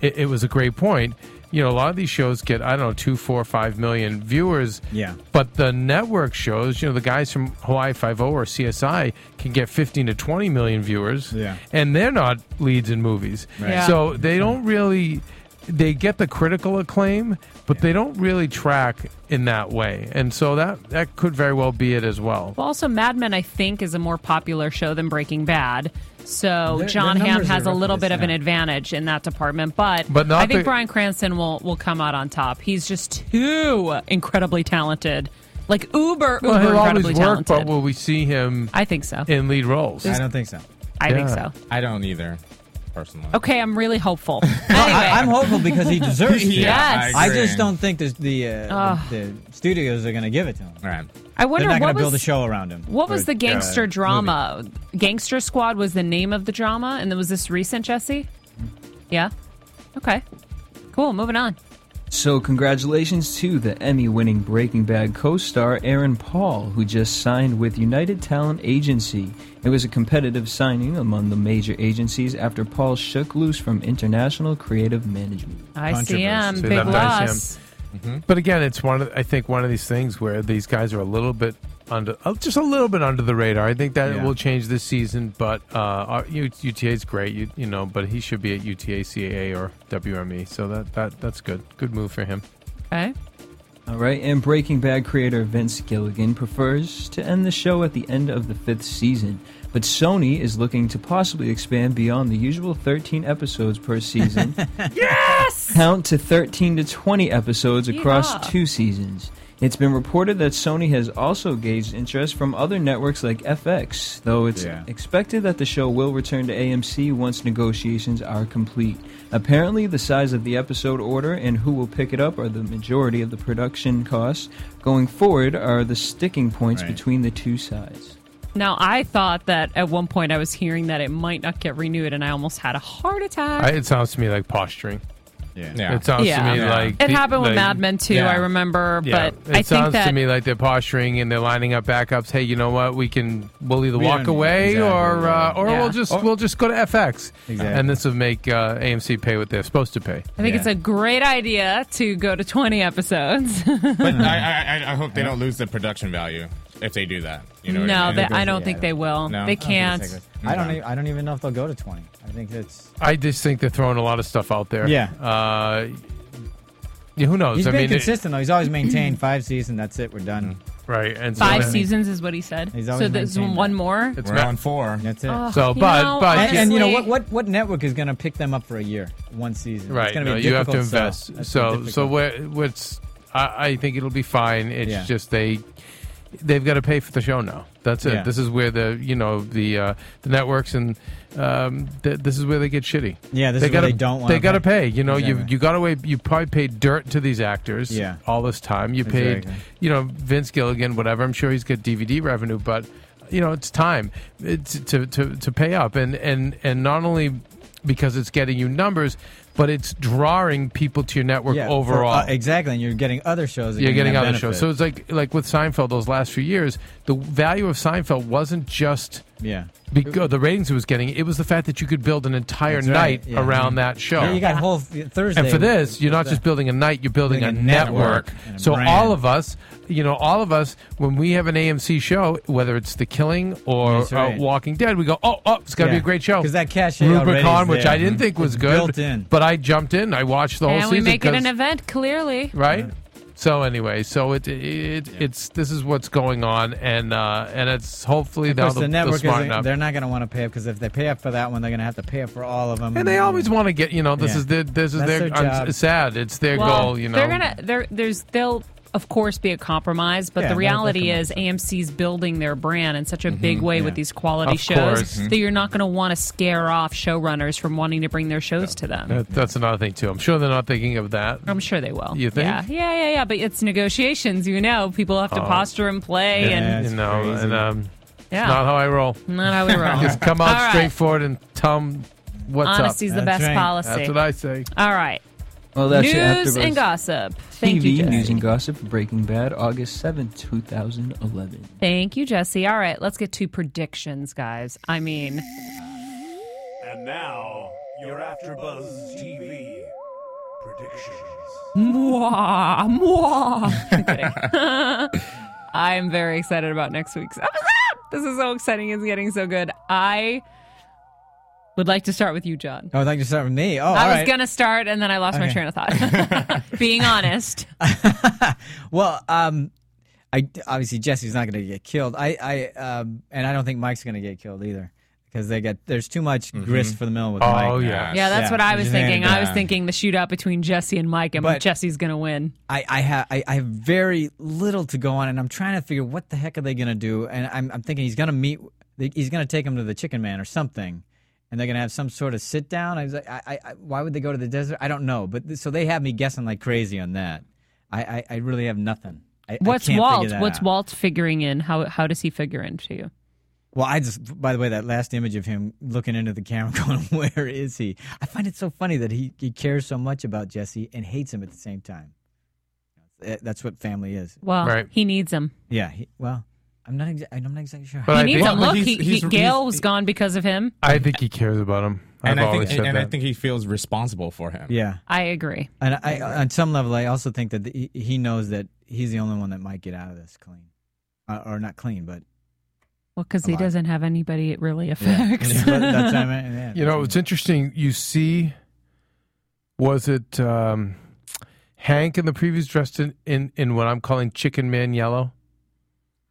it, it was a great point you know a lot of these shows get i don't know two four five million viewers Yeah. but the network shows you know the guys from hawaii 5 or csi can get 15 to 20 million viewers Yeah. and they're not leads in movies Right. Yeah. so they don't really they get the critical acclaim, but they don't really track in that way. And so that that could very well be it as well. Well, also Mad Men, I think, is a more popular show than Breaking Bad. So Their- John their Hamm numbers has are a little roughly bit of an the advantage in that department, but, But not I think the- Brian Cranston will will come out on top. He's just too incredibly talented, like uber Well, uber he'll always incredibly work, talented. but will we see him? I think so. In lead roles, I don't think so. I think so. I don't either, personally. Okay, I'm really hopeful. I, am hopeful because he deserves it. Yes. I, I just agree. don't think the the, uh, Ugh. the, the studios are going to give it to him. Right. I wonder They're not what gonna build a was- show around him. What for was a- the gangster uh, drama? Gangster Squad was the name of the drama, and then was this recent, Jesse? Yeah. Okay. Cool. Moving on. So, congratulations to the Emmy winning Breaking Bad co star Aaron Paul, who just signed with United Talent Agency. It was a competitive signing among the major agencies after Paul shook loose from international creative management. ICM, Controversy. big Not loss. ICM. But again, it's one. Of, I think one of these things where these guys are a little bit under, uh, just a little bit under the radar. I think that Yeah. will change this season. But uh, our- U- UTA is great, you, you know. But he should be at UTA, CAA, or WME. So that, that that's good. Good move for him. Okay. All right, and Breaking Bad creator Vince Gilligan prefers to end the show at the end of the fifth season, but Sony is looking to possibly expand beyond the usual 13 episodes per season. yes! Count to 13 to 20 episodes across Yeehaw. two seasons. It's been reported that Sony has also gauged interest from other networks like FX, though it's Yeah. expected that the show will return to AMC once negotiations are complete. Apparently, the size of the episode order and who will pick it up are the majority of the production costs. Going forward are the sticking points between the two sides. Now, I thought that at one point I was hearing that it might not get renewed, and I almost had a heart attack. I, it sounds to me like posturing. Yeah. It sounds to me like it the- happened with like- Mad Men too. Yeah. I remember, Yeah. it but I think sounds that to me like they're posturing and they're lining up backups. Hey, you know what? We can we'll either We walk don't- away exactly, or yeah. uh, or Yeah. we'll just Or- we'll just go to FX, Exactly. and this will make uh, AMC pay what they're supposed to pay. I think it's a great idea to go to twenty episodes. But I, I, I hope they don't lose the production value if they do that. You know what No, I mean? they- I don't think they will. No? They can't. I don't. e- I don't even know if they'll go to twenty. I think that's. I just think they're throwing a lot of stuff out there. Yeah. Uh, yeah, who knows? He's I been mean, it- Mm-hmm. consistent though. He's always maintained five seasons. That's it. We're done. Right. And Five seasons is what he said. He's So always there's maintained one more. It's We're ma- on four. That's it. Ah, Oh, So, you but- know, but- and, and you know what? honestly- What what network is going to pick them up for a year, one season? Right. It's going no, be a you have to difficult sell. invest. That's a So difficult- so what what's I, I think it'll be fine. It's Yeah. just they they've got to pay for the show now. That's it. Yeah. This is where the you know the uh, the networks and um, th- this is where they get shitty. Yeah, this is where gotta, they don't wanna They got to pay. pay. You know, you Exactly. you got away. You probably paid dirt to these actors. Yeah. all this time you paid. Exactly. You know, Vince Gilligan, whatever. I'm sure he's got DVD revenue, but you know, it's time it's to to to pay up, and and and not only because it's getting you numbers, but it's drawing people to your network yeah, for- overall. uh, exactly. And you're getting other shows. that You're are gonna getting have out of the show. benefit. So it's like like with Seinfeld those last few years, the value of Seinfeld wasn't just Yeah. because the ratings it was getting, it was the fact that you could build an entire That's night right, yeah. around that show. Yeah, you got whole th- Thursday. And for this, with- you're not with just building a night, you're building, Building a, a network. network and a so brand. all of us, you know, all of us, when we have an AMC show, whether it's The Killing or That's right. uh, Walking Dead, we go, oh, oh, it's going to Yeah. be a great show. 'Cause that cachet already Rubicon, is which there. I didn't Mhm. think was It's good, built in. but I jumped in. I watched the whole and we season. make it 'cause- an event, clearly. right? So anyway, so it, it it's this is what's going on, and uh, and it's hopefully Of course, they'll, the network they'll smarten isn't- up. they're not going to want to pay up because if they pay up for that one, they're going to have to pay up for all of them. And they always want to get you know this Yeah. is their this is That's their, their I'm job. s- sad it's their goal you know They're gonna they're, there's they'll of course be a compromise, but Yeah, they'll- the they'll reality come up is AMC's building their brand in such a big way with these quality Mm-hmm. Of shows course. Mhm. that you're not gonna want to scare off showrunners from wanting to bring their shows to them. That- that's another thing too. I'm sure they're not thinking of that. I'm sure they will. You think? Yeah, yeah, yeah, yeah. But it's negotiations, you know. People have to Oh. posture and play, and you know, and um, Yeah. it's not how I roll. Not how we roll. Just come out All right. straightforward and tell 'em what's up. honesty's the best policy. That's what I say. All right. Well, that's it, news AfterBuzz and gossip. Thank TV you, Jesse. news and gossip. Breaking Bad, August seventh, two 2011. Thank you, Jesse. All right, let's get to predictions, guys. I mean, And now, your AfterBuzz TV predictions. mwah, mwah. I'm kidding. I'm very excited about next week's episode. This is so exciting. It's getting so good. I would like to start with you, John. Oh, I thought you start with me. Oh, I all was right. going to start, and then I lost my Okay. train of thought. Being honest. Well, um, I obviously Jesse's not going to get killed. I, I, um, and I don't think Mike's going to get killed either because they got there's too much grist for the mill with Oh, Mike. yeah. Yeah, that's what I was thinking. I was Yeah. thinking the shootout between Jesse and Mike, and But- Jesse's going to win. I, I have I, I have very little to go on, and I'm trying to figure what the heck are they going to do. And I'm I'm thinking he's going to meet, he's going to take him to the Chicken Man or something, and they're going to have some sort of sit down. I was like, I, I, I why would they go to the desert? I don't know, but th- so they have me guessing like crazy on that. I I, I really have nothing. I, I What's can't figure Walt? that What's out. Walt figuring in? How how does he figure into you? Well, I just, by the way, that last image of him looking into the camera going, Where is he? I find it so funny that he, he cares so much about Jesse and hates him at the same time. Eh, That's what family is. Well, he needs him. Yeah. He, well, I'm not, exa- I'm not exactly sure. But I he needs think- him. Well, Look, he's- he, he, he's- Gail was gone because of him. I think he cares about him. And I've I always think said and I that. think he feels responsible for him. Yeah. I agree. And I, on some level, I also think that the, he- he knows that he's the only one that might get out of this clean. Uh, or not clean, but. Well, because he Alive. doesn't have anybody it really affects. But that's what I meant. Yeah. You know, it's interesting. You see, was it um, Hank in the previews dressed in, in, in what I'm calling Chicken Man Yellow?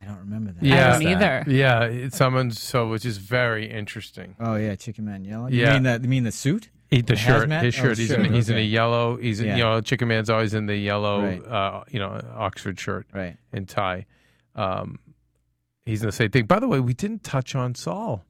I don't remember that. Yeah, I don't either. Yeah, it, someone so which is very interesting. Oh, yeah. Chicken Man Yellow. Yeah. You mean, that, you mean the suit? He, the, shirt, hazmat? his Oh, shirt. he's in, he's in a okay. yellow. He's in, Yeah. you know, Chicken Man's always in the yellow, Right. uh, you know, Oxford shirt, right, and tie. Um, he's in the same thing. By the way, we didn't touch on Saul.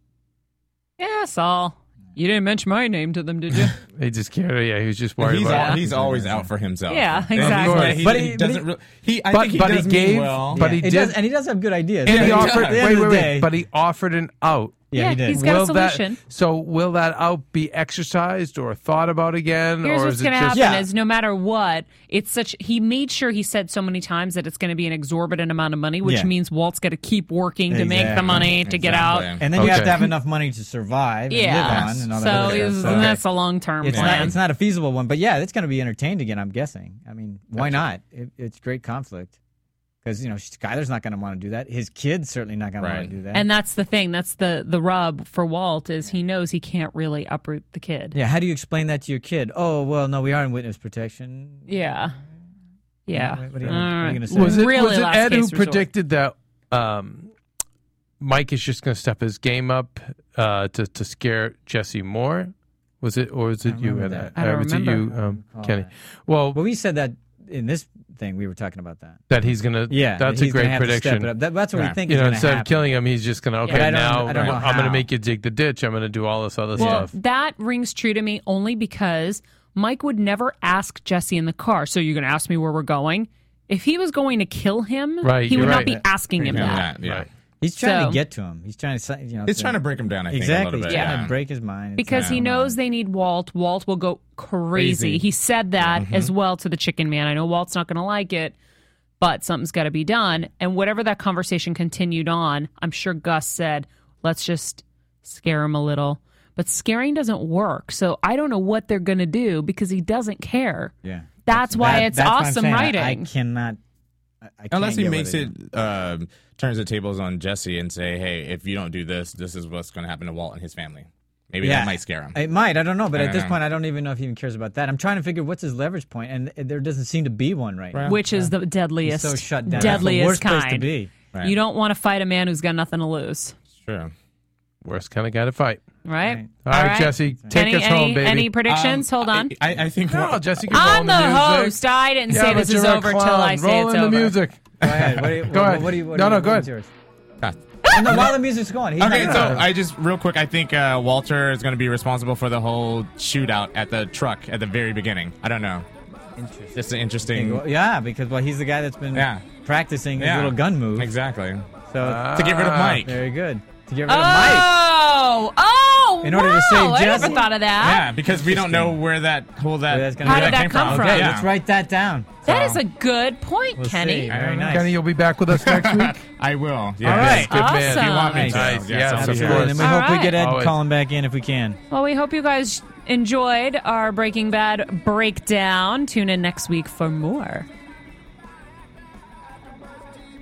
yeah, Saul. You didn't mention my name to them, did you? He just cared. Yeah, he was just worried he's about. al- he's always out for himself. Yeah, And he- exactly. yeah, he- But he he- doesn't. Really, he, I but think he but does he mean gave. well. But he It did. does, and he does have good ideas. and But he at offered. the end Wait, of wait, the wait. day- But he offered an out Yeah, he did. he's got a Will that- solution. so will that out be exercised or thought about again? Here's or what's is it going to just- happen is no matter what, it's such. He made sure he said so many times that it's going to be an exorbitant amount of money, which Yeah. means Walt's got to keep working to make the Exactly. money to get out. And then you have to have enough money to survive Yeah. and live on and all So that. other is- stuff. Okay. that's a long-term It's plan. Not, it's not a feasible one, but yeah, it's going to be entertained again. I'm guessing. I mean, why not? It, it's great conflict because you know Skyler's not going to want to do that. His kid's certainly not going to want to do that. And that's the thing. That's the the rub for Walt is he knows he can't really uproot the kid. yeah, how do you explain that to your kid? Oh well, no, we are in witness protection. Yeah. Yeah. What- what are you- All what are you right. gonna say? Was it, Really was it last Ed who case resort. predicted that um, Mike is just going to step his game up uh, to to scare Jesse more? Was it or was it you? Ed? that. Uh, was it you, um, recall Kenny? that. Well, but we said that in this thing. We were talking about that. That he's going to. Yeah, that's that a he's gonna great have to step prediction. it up. That- that's what we think You is know, gonna instead of happen. killing him, he's just going to Yeah. okay. But I don't- now I don't know I'm going to how. make you dig the ditch. I'm going to do all this other Well, stuff. that rings true to me only because Mike would never ask Jesse in the car. So you're going to ask me where we're going. If he was going to kill him, Right, he would you're not right. be asking him Yeah, that. yeah. He's trying So- to get to him. He's trying to, si- you know, He's trying to break him down, I think, a exactly. little bit, He's trying yeah. to break his mind. It's Because he like, knows they need Walt. Walt will go crazy. Crazy. He said that Mhm. as well to the chicken man. I know Walt's not going to like it, but something's got to be done. And whatever that conversation continued on, I'm sure Gus said, let's just scare him a little. But scaring doesn't work. So I don't know what they're going to do because he doesn't care. Yeah. That's why That- it's that's what I'm awesome saying. I- writing. I, cannot. I, I Unless can't he get makes with it, um turns the tables on Jesse and say, "Hey, if you don't do this, this is what's going to happen to Walt and his family." Maybe Yeah. that might scare him. It might. I don't know. But I at don't this know. point, I don't even know if he even cares about that. I'm trying to figure what's his leverage point, and there doesn't seem to be one right now. which is the deadliest, He's so shut down. deadliest That's the worst kind. place to be. Right. You don't want to fight a man who's got nothing to lose, Sure. Worst kind of guy to fight. right? All right, Jesse, take any, us home, any, baby. Any predictions? Hold on. Um, I, I think. No, Jesse can roll I'm in the, music. host. I didn't Yeah, say but this is you're a over till clown. I say Roll it's in over. the music. Go ahead. What do you- go what- ahead. what do you- what no, do you- no, go what's ahead. And the- Oh, while the music's going, he's Ah. okay, not so gonna- I just real quick, I think uh, Walter is going to be responsible for the whole shootout at the truck at the very beginning. I don't know. Interesting. It's an interesting. Well, yeah, because well, he's the guy that's been Yeah. practicing his Yeah. little gun move. Exactly. So Ah, To get rid of Mike. Very good. To get rid of Mike. Oh, oh! In order to save wow, I never Jesse. thought of Yeah, that. because we don't know where that whole that That's gonna Ah. How be- did that come from? Okay, Yeah. let's write that down. That is a good point, Kenny. Very nice. Kenny, you'll be back with us next week. I will. All right. Good man. Awesome. If you want me to. Nice. Yeah, Yes, sounds of good. course. And then we All hope we right. get Ed Always. calling back in if we can. Well, we hope you guys enjoyed our Breaking Bad breakdown. Tune in next week for more.